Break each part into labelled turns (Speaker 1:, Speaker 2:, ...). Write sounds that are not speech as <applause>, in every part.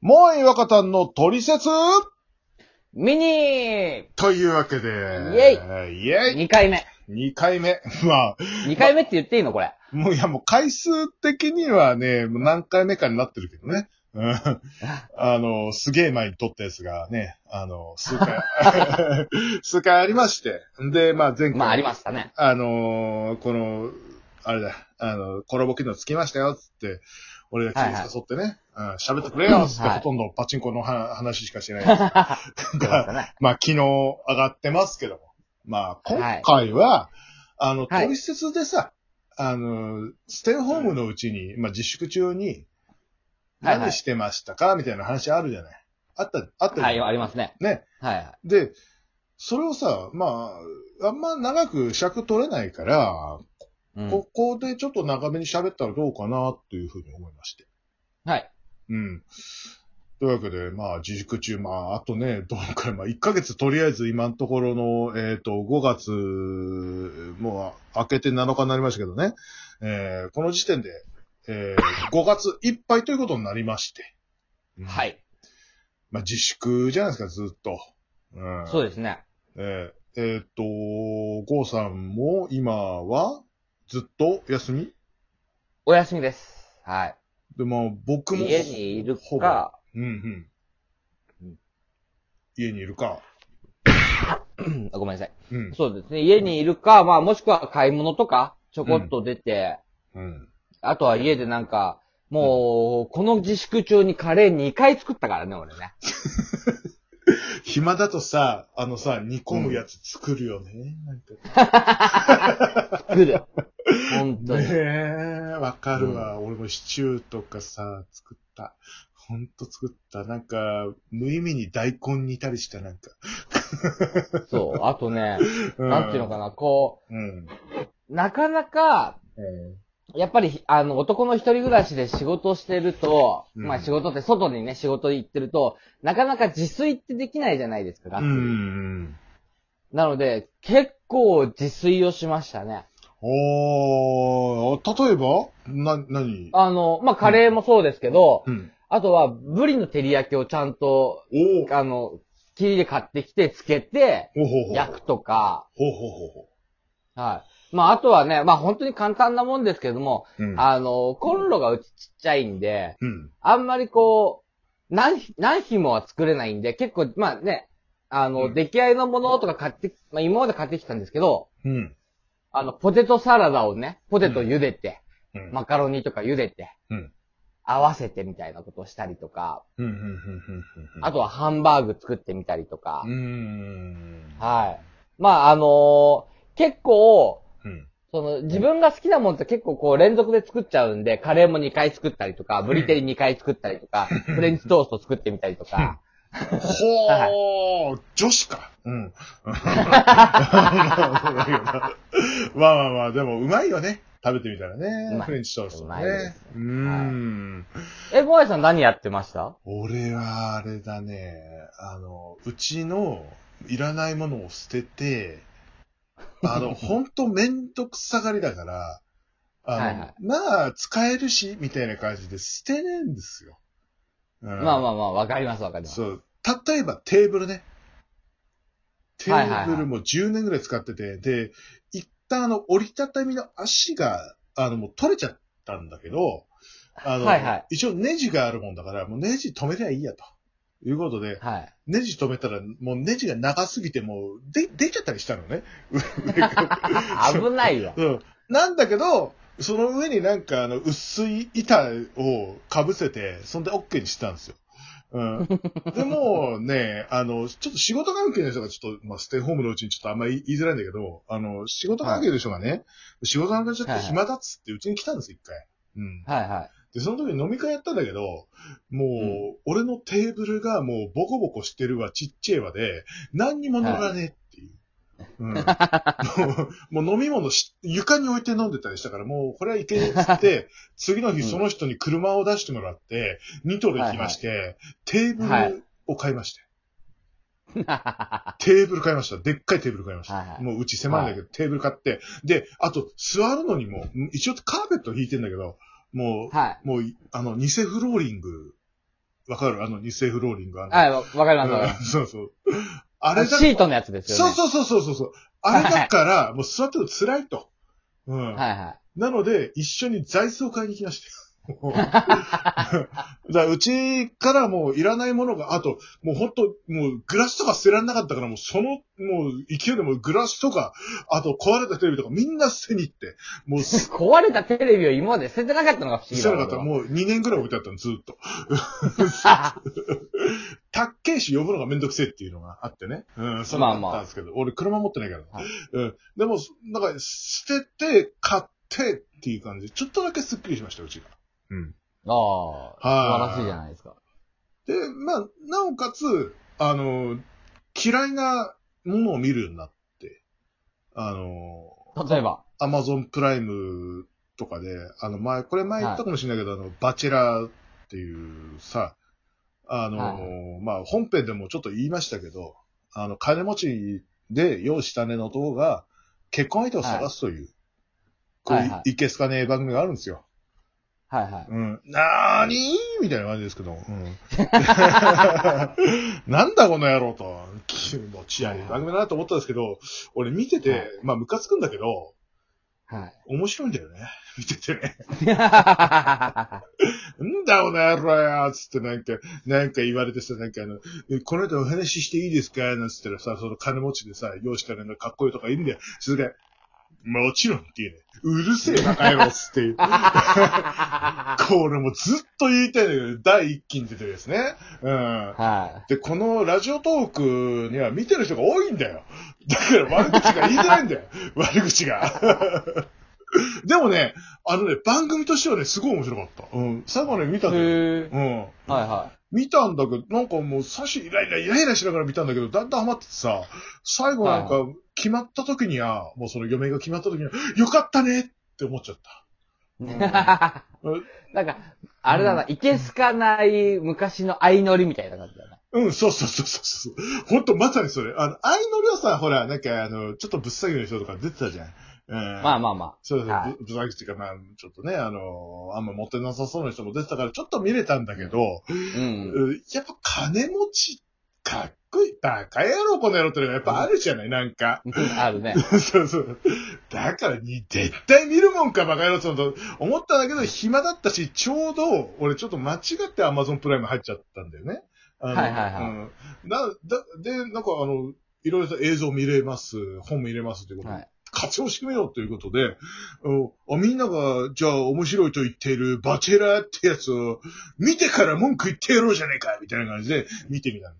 Speaker 1: もうい若たんのトリセツ
Speaker 2: ミニー
Speaker 1: というわけで、イ
Speaker 2: ェ
Speaker 1: イイェイ
Speaker 2: !2 回目。
Speaker 1: !2 回目。 <laughs> まあ、
Speaker 2: 2回目って言っていいのこれ。
Speaker 1: もういやもう回数的にはね、もう何回目かになってるけどね。うんあの、すげえ前に撮ったやつがね、あの、数 <laughs> 回、数回ありまして。で、まあ前回、
Speaker 2: まあ、ありまし
Speaker 1: <laughs>
Speaker 2: たね。
Speaker 1: あのーこの、あれだ、あの、コラボ機能つきましたよ、つって、俺が君に誘ってね、うん喋、ってくれよ、つって、
Speaker 2: はい
Speaker 1: ほとんどパチンコのは話しかしてない <laughs> やつ
Speaker 2: 出ましたね。
Speaker 1: まあ、昨日上がってますけども。まあ、今回は、あの、
Speaker 2: はい
Speaker 1: 取説でさ、あの、ステイホームのうちに、まあ、自粛中に、
Speaker 2: はいはい
Speaker 1: 何してましたか、みたいな話あるじゃない。あった、あったじゃん
Speaker 2: はい、ありますね。
Speaker 1: ね。
Speaker 2: はいはい。
Speaker 1: で、それをさ、まあ、あんま長く尺取れないから、
Speaker 2: うん
Speaker 1: ここでちょっと長めに喋ったらどうかな、というふうに思いまして。
Speaker 2: はい。
Speaker 1: うん。というわけで、まあ、自粛中、まあ、あとね、どのくらい、まあ、1ヶ月とりあえず今のところの、えっ、と、5月、もう、明けて7日になりましたけどね、えーこの時点で、えー5月いっぱいということになりまして。うん
Speaker 2: はい。
Speaker 1: まあ、自粛じゃないですか、ずっと。うん。
Speaker 2: そうですね。
Speaker 1: えーえーっと、ゴーさんも今はずっと休み
Speaker 2: お休みです。はい。
Speaker 1: で、まあ僕も。
Speaker 2: 家にいる
Speaker 1: ほぼ
Speaker 2: か、
Speaker 1: うんうん
Speaker 2: うん。
Speaker 1: 家にいるか。
Speaker 2: うんあごめんなさい。
Speaker 1: うん。
Speaker 2: そうですね。家にいるか、まあもしくは買い物とか、ちょこっと出て、
Speaker 1: うん。
Speaker 2: あとは家でなんか、もう、この自粛中にカレー2回作ったからね、俺ね。
Speaker 1: 暇だとさ、あのさ、煮込むやつ作るよね。なんか <laughs>
Speaker 2: 作る。本当
Speaker 1: ね
Speaker 2: に。
Speaker 1: え、わかるわ、俺もシチューとかさ、作った。ほんと作った。なんか、無意味に大根煮たりした、なんか。
Speaker 2: そう。あとね、
Speaker 1: う
Speaker 2: なんていうのかな、こ
Speaker 1: うん。
Speaker 2: う、なかなか、やっぱり、あの、男の一人暮らしで仕事をしてると、
Speaker 1: うん
Speaker 2: まあ仕事って外にね、仕事行ってると、なかなか自炊ってできないじゃないですか。がっつ
Speaker 1: う
Speaker 2: り
Speaker 1: ん。
Speaker 2: なので、結構自炊をしましたね。
Speaker 1: おー、例えばな、何
Speaker 2: あの、まあカレーもそうですけど、
Speaker 1: うん。
Speaker 2: あとは、ブリの照り焼きをちゃんと、
Speaker 1: おー。
Speaker 2: あの、切りで買ってきて、つけて、
Speaker 1: ほうほうほう。
Speaker 2: 焼くとか、
Speaker 1: ほうほうほうほ
Speaker 2: はい。まああとはね、まあ本当に簡単なもんですけども、
Speaker 1: う。うん。
Speaker 2: あの、コンロがうちちっちゃいんで、
Speaker 1: うん。
Speaker 2: あんまりこう、何、何品もは作れないんで、結構、まあね、あの、
Speaker 1: うん
Speaker 2: 出来合いのものとか買って、まあ今まで買ってきたんですけど、
Speaker 1: うん。
Speaker 2: あの、ポテトサラダをね、ポテト茹でて、
Speaker 1: うん。
Speaker 2: マカロニとか茹でて、
Speaker 1: うん
Speaker 2: 合わせてみたいなことをしたりとか、
Speaker 1: うん、うん、うん、うん。
Speaker 2: あとはハンバーグ作ってみたりとか
Speaker 1: う、ん。
Speaker 2: はい。まああのー結構、
Speaker 1: うん。
Speaker 2: その、自分が好きなもんって結構こう連続で作っちゃうんで、カレーも2回作ったりとか、ブリテリ2回作ったりと
Speaker 1: <laughs>
Speaker 2: か、フレンチトースト作ってみたりとか、
Speaker 1: ほー、女子か。うん。まあまあまあ、でもうまいよね。食べてみたら
Speaker 2: う
Speaker 1: ね。
Speaker 2: まい
Speaker 1: フレンチトースト
Speaker 2: うまいで
Speaker 1: ねう
Speaker 2: す。
Speaker 1: ーん。
Speaker 2: え、もえさん何やってました
Speaker 1: 俺は、あれだね。あの、うちの、いらないものを捨てて、
Speaker 2: <laughs>
Speaker 1: あの、ほんとめんどくさがりだから、あの、
Speaker 2: はいはい
Speaker 1: まあ、使えるし、みたいな感じで捨てねえんですよ。うん
Speaker 2: まあまあまあ、わかりますわかります。
Speaker 1: そう。例えばテーブルね。テ
Speaker 2: はいはいはい
Speaker 1: ーブルも10年ぐらい使ってて、で、一旦あの折りたたみの足が、あのもう取れちゃったんだけど、あの、
Speaker 2: はいはい
Speaker 1: 一応ネジがあるもんだから、もうネジ止めりゃいいやと。いうことで、
Speaker 2: はい。
Speaker 1: ネジ止めたら、もうネジが長すぎて、もう、で、出ちゃったりしたのね。上が
Speaker 2: 危ない <laughs> わ。
Speaker 1: うん。なんだけど、その上になんか、あの、薄い板を被せて、そんで OK にしたんですよ。うん。でもね、あの、ちょっと仕事関係の人がちょっと、まあ、ステイホームのうちにちょっとあんまり言いづらいんだけど、あの、仕事関係の人がね、仕事関係の人って暇だっつってうちに来たんですよ、一回。うん。
Speaker 2: はいは
Speaker 1: で、その時に飲み会やったんだけど、もう、俺のテーブルがもうボコボコしてるわ、ちっちゃいわで、何にも乗らねえっていう。
Speaker 2: <laughs>
Speaker 1: うん、もうもう飲み物し床に置いて飲んでたりしたから、もうこれはいけねえっつっ
Speaker 2: <laughs>
Speaker 1: て、次の日
Speaker 2: うん
Speaker 1: その人に車を出してもらって、ニトロ行きまして、テーブ
Speaker 2: はい
Speaker 1: ルを買いまして、
Speaker 2: い。は
Speaker 1: テーブル買いました。でっかいテーブル買いました。
Speaker 2: はいはい
Speaker 1: もううち狭いんだけど、テーブル買って、で、あと座るのにも、一応カーペット引いてんだけど、もう
Speaker 2: い。
Speaker 1: もうい、あの、偽フローリングわかるあの、日清フローリング。あの
Speaker 2: はい、わわかります
Speaker 1: <laughs>
Speaker 2: わかりま
Speaker 1: うんそうそう。あ
Speaker 2: す。
Speaker 1: れだ、
Speaker 2: シートのやつですよね。
Speaker 1: そうそうそうそうそうそう。あれだから、もう座ってるの辛いと。うん。
Speaker 2: はいはい。
Speaker 1: なので、一緒に座椅子を買いに来ましたよ。 <laughs> だからうちからもういらないものが、あと、もうほんと、もうグラスとか捨てられなかったから、もうその、もう勢いでもうグラスとか、あと壊れたテレビとかみんな捨てに行って、
Speaker 2: <laughs>
Speaker 1: もう捨
Speaker 2: 壊れたテレビを今まで捨ててなかったのが不思議
Speaker 1: て
Speaker 2: だ
Speaker 1: なかったら
Speaker 2: <laughs> う。
Speaker 1: もう2年ぐらい置いてあったの、ずっと。たっけえし呼ぶのがめんどくせえっていうのがあってね。うん、そんなのあったんですけど、俺車持ってないから。
Speaker 2: はい
Speaker 1: うん。でも、なんか、捨てて、買ってっていう感じ。ちょっとだけスッキリしました、うちが。うん。
Speaker 2: ああ、素晴らしいじゃないですか。
Speaker 1: で、まあ、なおかつ、あの、嫌いなものを見るようになって、あの、
Speaker 2: 例えば。
Speaker 1: アマゾンプライムとかで、あの、前、これ前言ったかもしれないけど、あの、バチェラーっていうさ、あの、
Speaker 2: は
Speaker 1: まあ、本編でもちょっと言いましたけど、あの、金持ちで、容姿種の党が、結婚相手を探すという、こう、
Speaker 2: はいはい
Speaker 1: いけすかねえ番組があるんですよ。
Speaker 2: はいはい。
Speaker 1: うん。なーにーみたいな感じですけど。
Speaker 2: <laughs>
Speaker 1: うん。 <laughs> なんだこの野郎と。気持ち悪い番組だなと思ったんですけど、俺見て
Speaker 2: はい
Speaker 1: て、まあムカつくんだけど、 <laughs>
Speaker 2: はい。
Speaker 1: 面白いんだよね。見ててね。
Speaker 2: は
Speaker 1: なんだこの野郎やーつってなんか、なんか言われてさ、なんかあの、えこの間お話ししていいですかなんつったらさ、その金持ちでさ、容姿からのかっこいいとかいるんだよ。それで、もちろんって言うね。うるせえバカ野郎っつって言う。これもうずっと言いたいんだけど、第一期に出てるですね。うん。
Speaker 2: い。
Speaker 1: で、このラジオトークには見てる人が多いんだよ。だから悪口が言いづらいん
Speaker 2: <laughs>
Speaker 1: だよ。悪口が。 <laughs> でもね、あのね、番組としてはね、すごい面白かった。うん。最後ね、見たんだよ。
Speaker 2: へ
Speaker 1: うん。
Speaker 2: ーはいは
Speaker 1: 見たんだけど、なんかもう最初イライライライラしながら見たんだけど、だんだんハマっててさ、最後なんか決まった時には、もうその嫁が決まった時には、よかったねって思っちゃった。
Speaker 2: い。
Speaker 1: うん
Speaker 2: <laughs> なんか、あれだな、いけすかない昔の相乗りみたいな感じだな。
Speaker 1: うん、そうそうそうそうそう。ほんと、まさにそれ。あの、愛のりはさ、ほら、なんか、あの、ちょっとぶっ詐欺の人とか出てたじゃん。うん。
Speaker 2: まあ
Speaker 1: あ。
Speaker 2: まあま
Speaker 1: そうそう、
Speaker 2: はい
Speaker 1: ぶぶっ詐欺っていうか、まあ、ちょっとね、あの、あんま持ってなさそうな人も出てたから、ちょっと見れたんだけど、
Speaker 2: あ。うん。
Speaker 1: うんやっぱ金持ち、かっこいい、バカ野郎この野郎ってのがやっぱあるじゃない、なんか。 <laughs>
Speaker 2: あるね。
Speaker 1: そうそう。だからに、絶対見るもんか、バカ野郎ってのと思ったんだけど、暇だったし、ちょうど、俺ちょっと間違って Amazon プライム入っちゃったんだよね。はい
Speaker 2: はいはいはい
Speaker 1: うん、なだで、なんかあの、いろいろと映像見れます、本見れますということで、
Speaker 2: はい
Speaker 1: 活用してみようということで、うんあみんなが、じゃあ面白いと言っているバチェラーってやつを、見てから文句言ってやろうじゃねえかみたいな感じで見てみたの。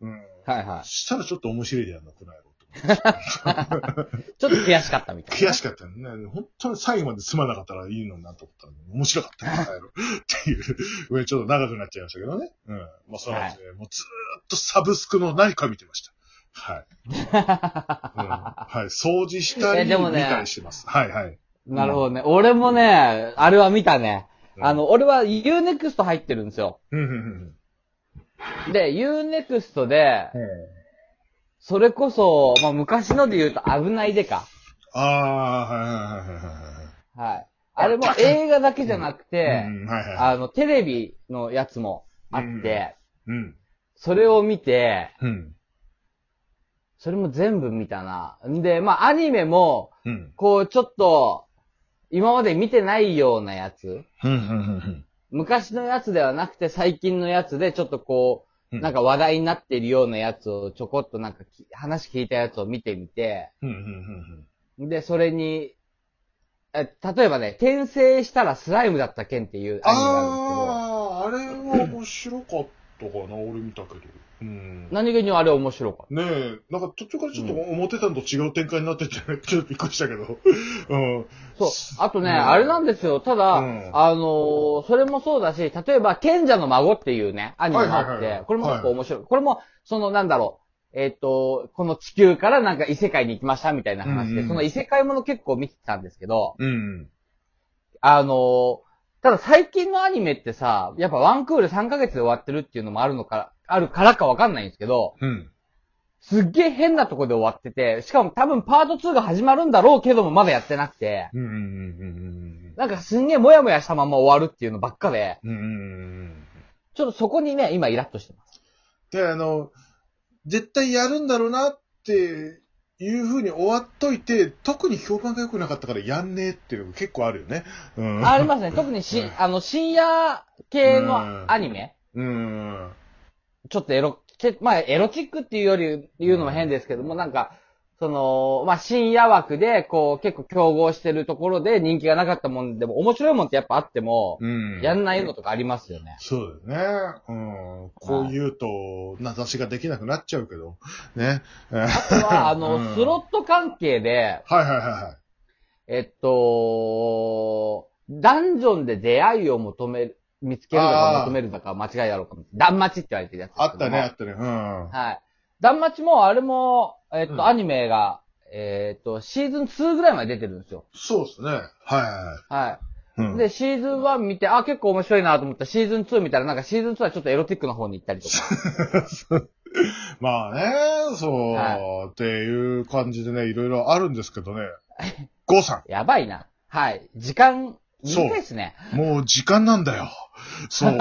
Speaker 1: うん。
Speaker 2: はいは
Speaker 1: したらちょっと面白いでやんな、この野郎と思って。
Speaker 2: い。ちょっと悔しかったみたいな。
Speaker 1: 悔しかったね。本当に最後まで済まなかったらいいのになと思ったのに面白かったな、帰ろうっていう。 <laughs> 上ちょっと長くなっちゃいましたけどね。うん。まあ、そうなんですね。もうずーっとサブスクの何か見てました。はい。うん、はい。掃除したり、
Speaker 2: えでも
Speaker 1: 見
Speaker 2: ね
Speaker 1: たりしてます。はいはい。
Speaker 2: なるほどね。俺もね、あれは見たね。あ、の、俺は Unext 入ってるんですよ。
Speaker 1: うんうんうん
Speaker 2: で、Unext で、
Speaker 1: うん。
Speaker 2: それこそ、まあ昔ので言うと危ないでか。
Speaker 1: ああ、はいはいはいはいはい。
Speaker 2: はい。あれも映画だけじゃなくて、
Speaker 1: うん、はいはいはい。
Speaker 2: あの、テレビのやつもあって、
Speaker 1: うん。
Speaker 2: それを見て、
Speaker 1: うん。
Speaker 2: それも全部見たな。んで、まあアニメも、
Speaker 1: うん。
Speaker 2: こうちょっと、今まで見てないようなやつ、
Speaker 1: うん。うん。
Speaker 2: 昔のやつではなくて最近のやつでちょっとこ
Speaker 1: う
Speaker 2: う、
Speaker 1: ん。
Speaker 2: なんか話題になってるようなやつをちょこっとなんかき話聞いたやつを見てみて、
Speaker 1: うん、うん、うん
Speaker 2: で、それに、え例えばね、転生したらスライムだった件っていうアニメがあるんですけど、
Speaker 1: ああ、あれは面白かったかな、俺見たけど。うん。
Speaker 2: 何気にあれ面白かっ
Speaker 1: ねえ、なんか途中からちょっと思ってたのと違う展開になってて、ちょっとびっくりしたけど。うん。
Speaker 2: た。そう。あとね、
Speaker 1: うん
Speaker 2: あれなんですよ。ただ、
Speaker 1: うん
Speaker 2: あのーそれもそうだし、例えば、賢者の孫っていうね、アニメがあって、
Speaker 1: はいはいはい
Speaker 2: これも結構面白い。これも、その、なんだろう、えっ、と、この地球からなんか異世界に行きましたみたいな話で、
Speaker 1: うんうん
Speaker 2: その異世界もの結構見てたんですけど、
Speaker 1: うん。
Speaker 2: あのーただ最近のアニメってさ、やっぱワンクール3ヶ月で終わってるっていうのもあるのか、あるからかわかんないんですけど、
Speaker 1: うん。
Speaker 2: すっげえ変なとこで終わってて、しかも多分パート2が始まるんだろうけどもまだやってなくて、
Speaker 1: うん。うん。
Speaker 2: なんかすんげえモヤモヤしたまま終わるっていうのばっかで、
Speaker 1: うん。うん。
Speaker 2: ちょっょっとそこにね、今イラッとしてます。
Speaker 1: で、あの、絶対やるんだろうなっていうふうに終わっといて、特に評判が良くなかったからやんねえっていうのが結構あるよね。うん。
Speaker 2: ありますね。特にし、あの、深夜系
Speaker 1: うん
Speaker 2: のアニメ、
Speaker 1: うん。
Speaker 2: ちょっとエロ、ちょまあ、エロチックっていうより、言うのも変ですけども、なんか、その、まあ、深夜枠で、こう、結構競合してるところで人気がなかったもんでも、面白いもんってやっぱあっても、
Speaker 1: うん。
Speaker 2: やんないのとかありますよね。
Speaker 1: <laughs> そうだよね。うん。こう言うと、名指しができなくなっちゃうけど。ね。うんはい
Speaker 2: あとは、あ
Speaker 1: う
Speaker 2: の、
Speaker 1: ん
Speaker 2: スロット関係で、
Speaker 1: はいは
Speaker 2: えっと、ダンジョンで出会いを求める、見つけるだか
Speaker 1: あー
Speaker 2: 求めるだか間違いだろうかも。ダンマチって言われてるやつ
Speaker 1: いはい。あったね、あ
Speaker 2: です
Speaker 1: ったね。う
Speaker 2: けど
Speaker 1: ん。
Speaker 2: も。はい。ダンマチも、あれも、えっと、
Speaker 1: うん
Speaker 2: アニメが、えっと、シーズン2ぐらいまで出てるんですよ。
Speaker 1: そうですね。はいは。
Speaker 2: はい
Speaker 1: う
Speaker 2: い。
Speaker 1: ん。
Speaker 2: で、シーズン1見て、あ、結構面白いなと思ったら、シーズン2見たら、なんかシーズン2はちょっとエロティックの方に行ったりと
Speaker 1: <laughs>
Speaker 2: か。
Speaker 1: まあね、そう、
Speaker 2: は
Speaker 1: っていう感じでね、いろいろあるんですけどね。ゴーさ
Speaker 2: やばいな。はい。時間、
Speaker 1: そう
Speaker 2: 短いですね。
Speaker 1: ん、もう時間なんだよ。
Speaker 2: <laughs>
Speaker 1: そう。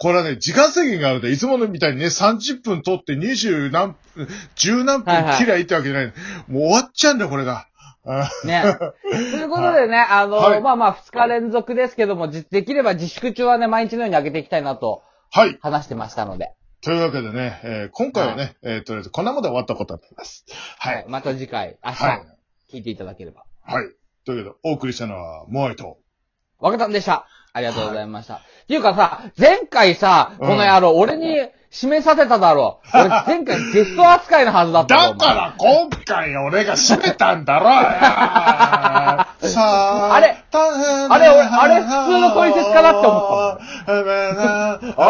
Speaker 1: これはね、時間制限があるんで、いつものみたいにね、30分取って20何分、10何
Speaker 2: はいは
Speaker 1: 分
Speaker 2: い
Speaker 1: 切りゃいいってわけじゃない。もう終わっちゃうんだよ、これが。あ <laughs>
Speaker 2: ね。ということでね、あの、
Speaker 1: はい
Speaker 2: まあまあ、2日連続ですけども、じできれば自粛中はね、毎日のように上げていきたいなと
Speaker 1: はい。
Speaker 2: 話してましたので、
Speaker 1: というわけでね、えー今回はね、えーとりあえずこんなもので終わったことになります。は
Speaker 2: はい
Speaker 1: い。
Speaker 2: また次回、明日、
Speaker 1: はい
Speaker 2: 聞いていただければ。
Speaker 1: はい。というわけで、お送りしたのは、モアイと。
Speaker 2: 若田でした。ありがとうございました。っていうかさ、前回さ、この野郎、俺に指名させただろう。俺、前回ゲスト扱いのはずだった
Speaker 1: だ
Speaker 2: ぞ。
Speaker 1: か
Speaker 2: お前
Speaker 1: ら今回俺が閉めたんだろう
Speaker 2: <laughs>
Speaker 1: よさあ、
Speaker 2: あれ
Speaker 1: 大変
Speaker 2: あれ俺あれ普通のトリセツかなって思った
Speaker 1: <laughs> った。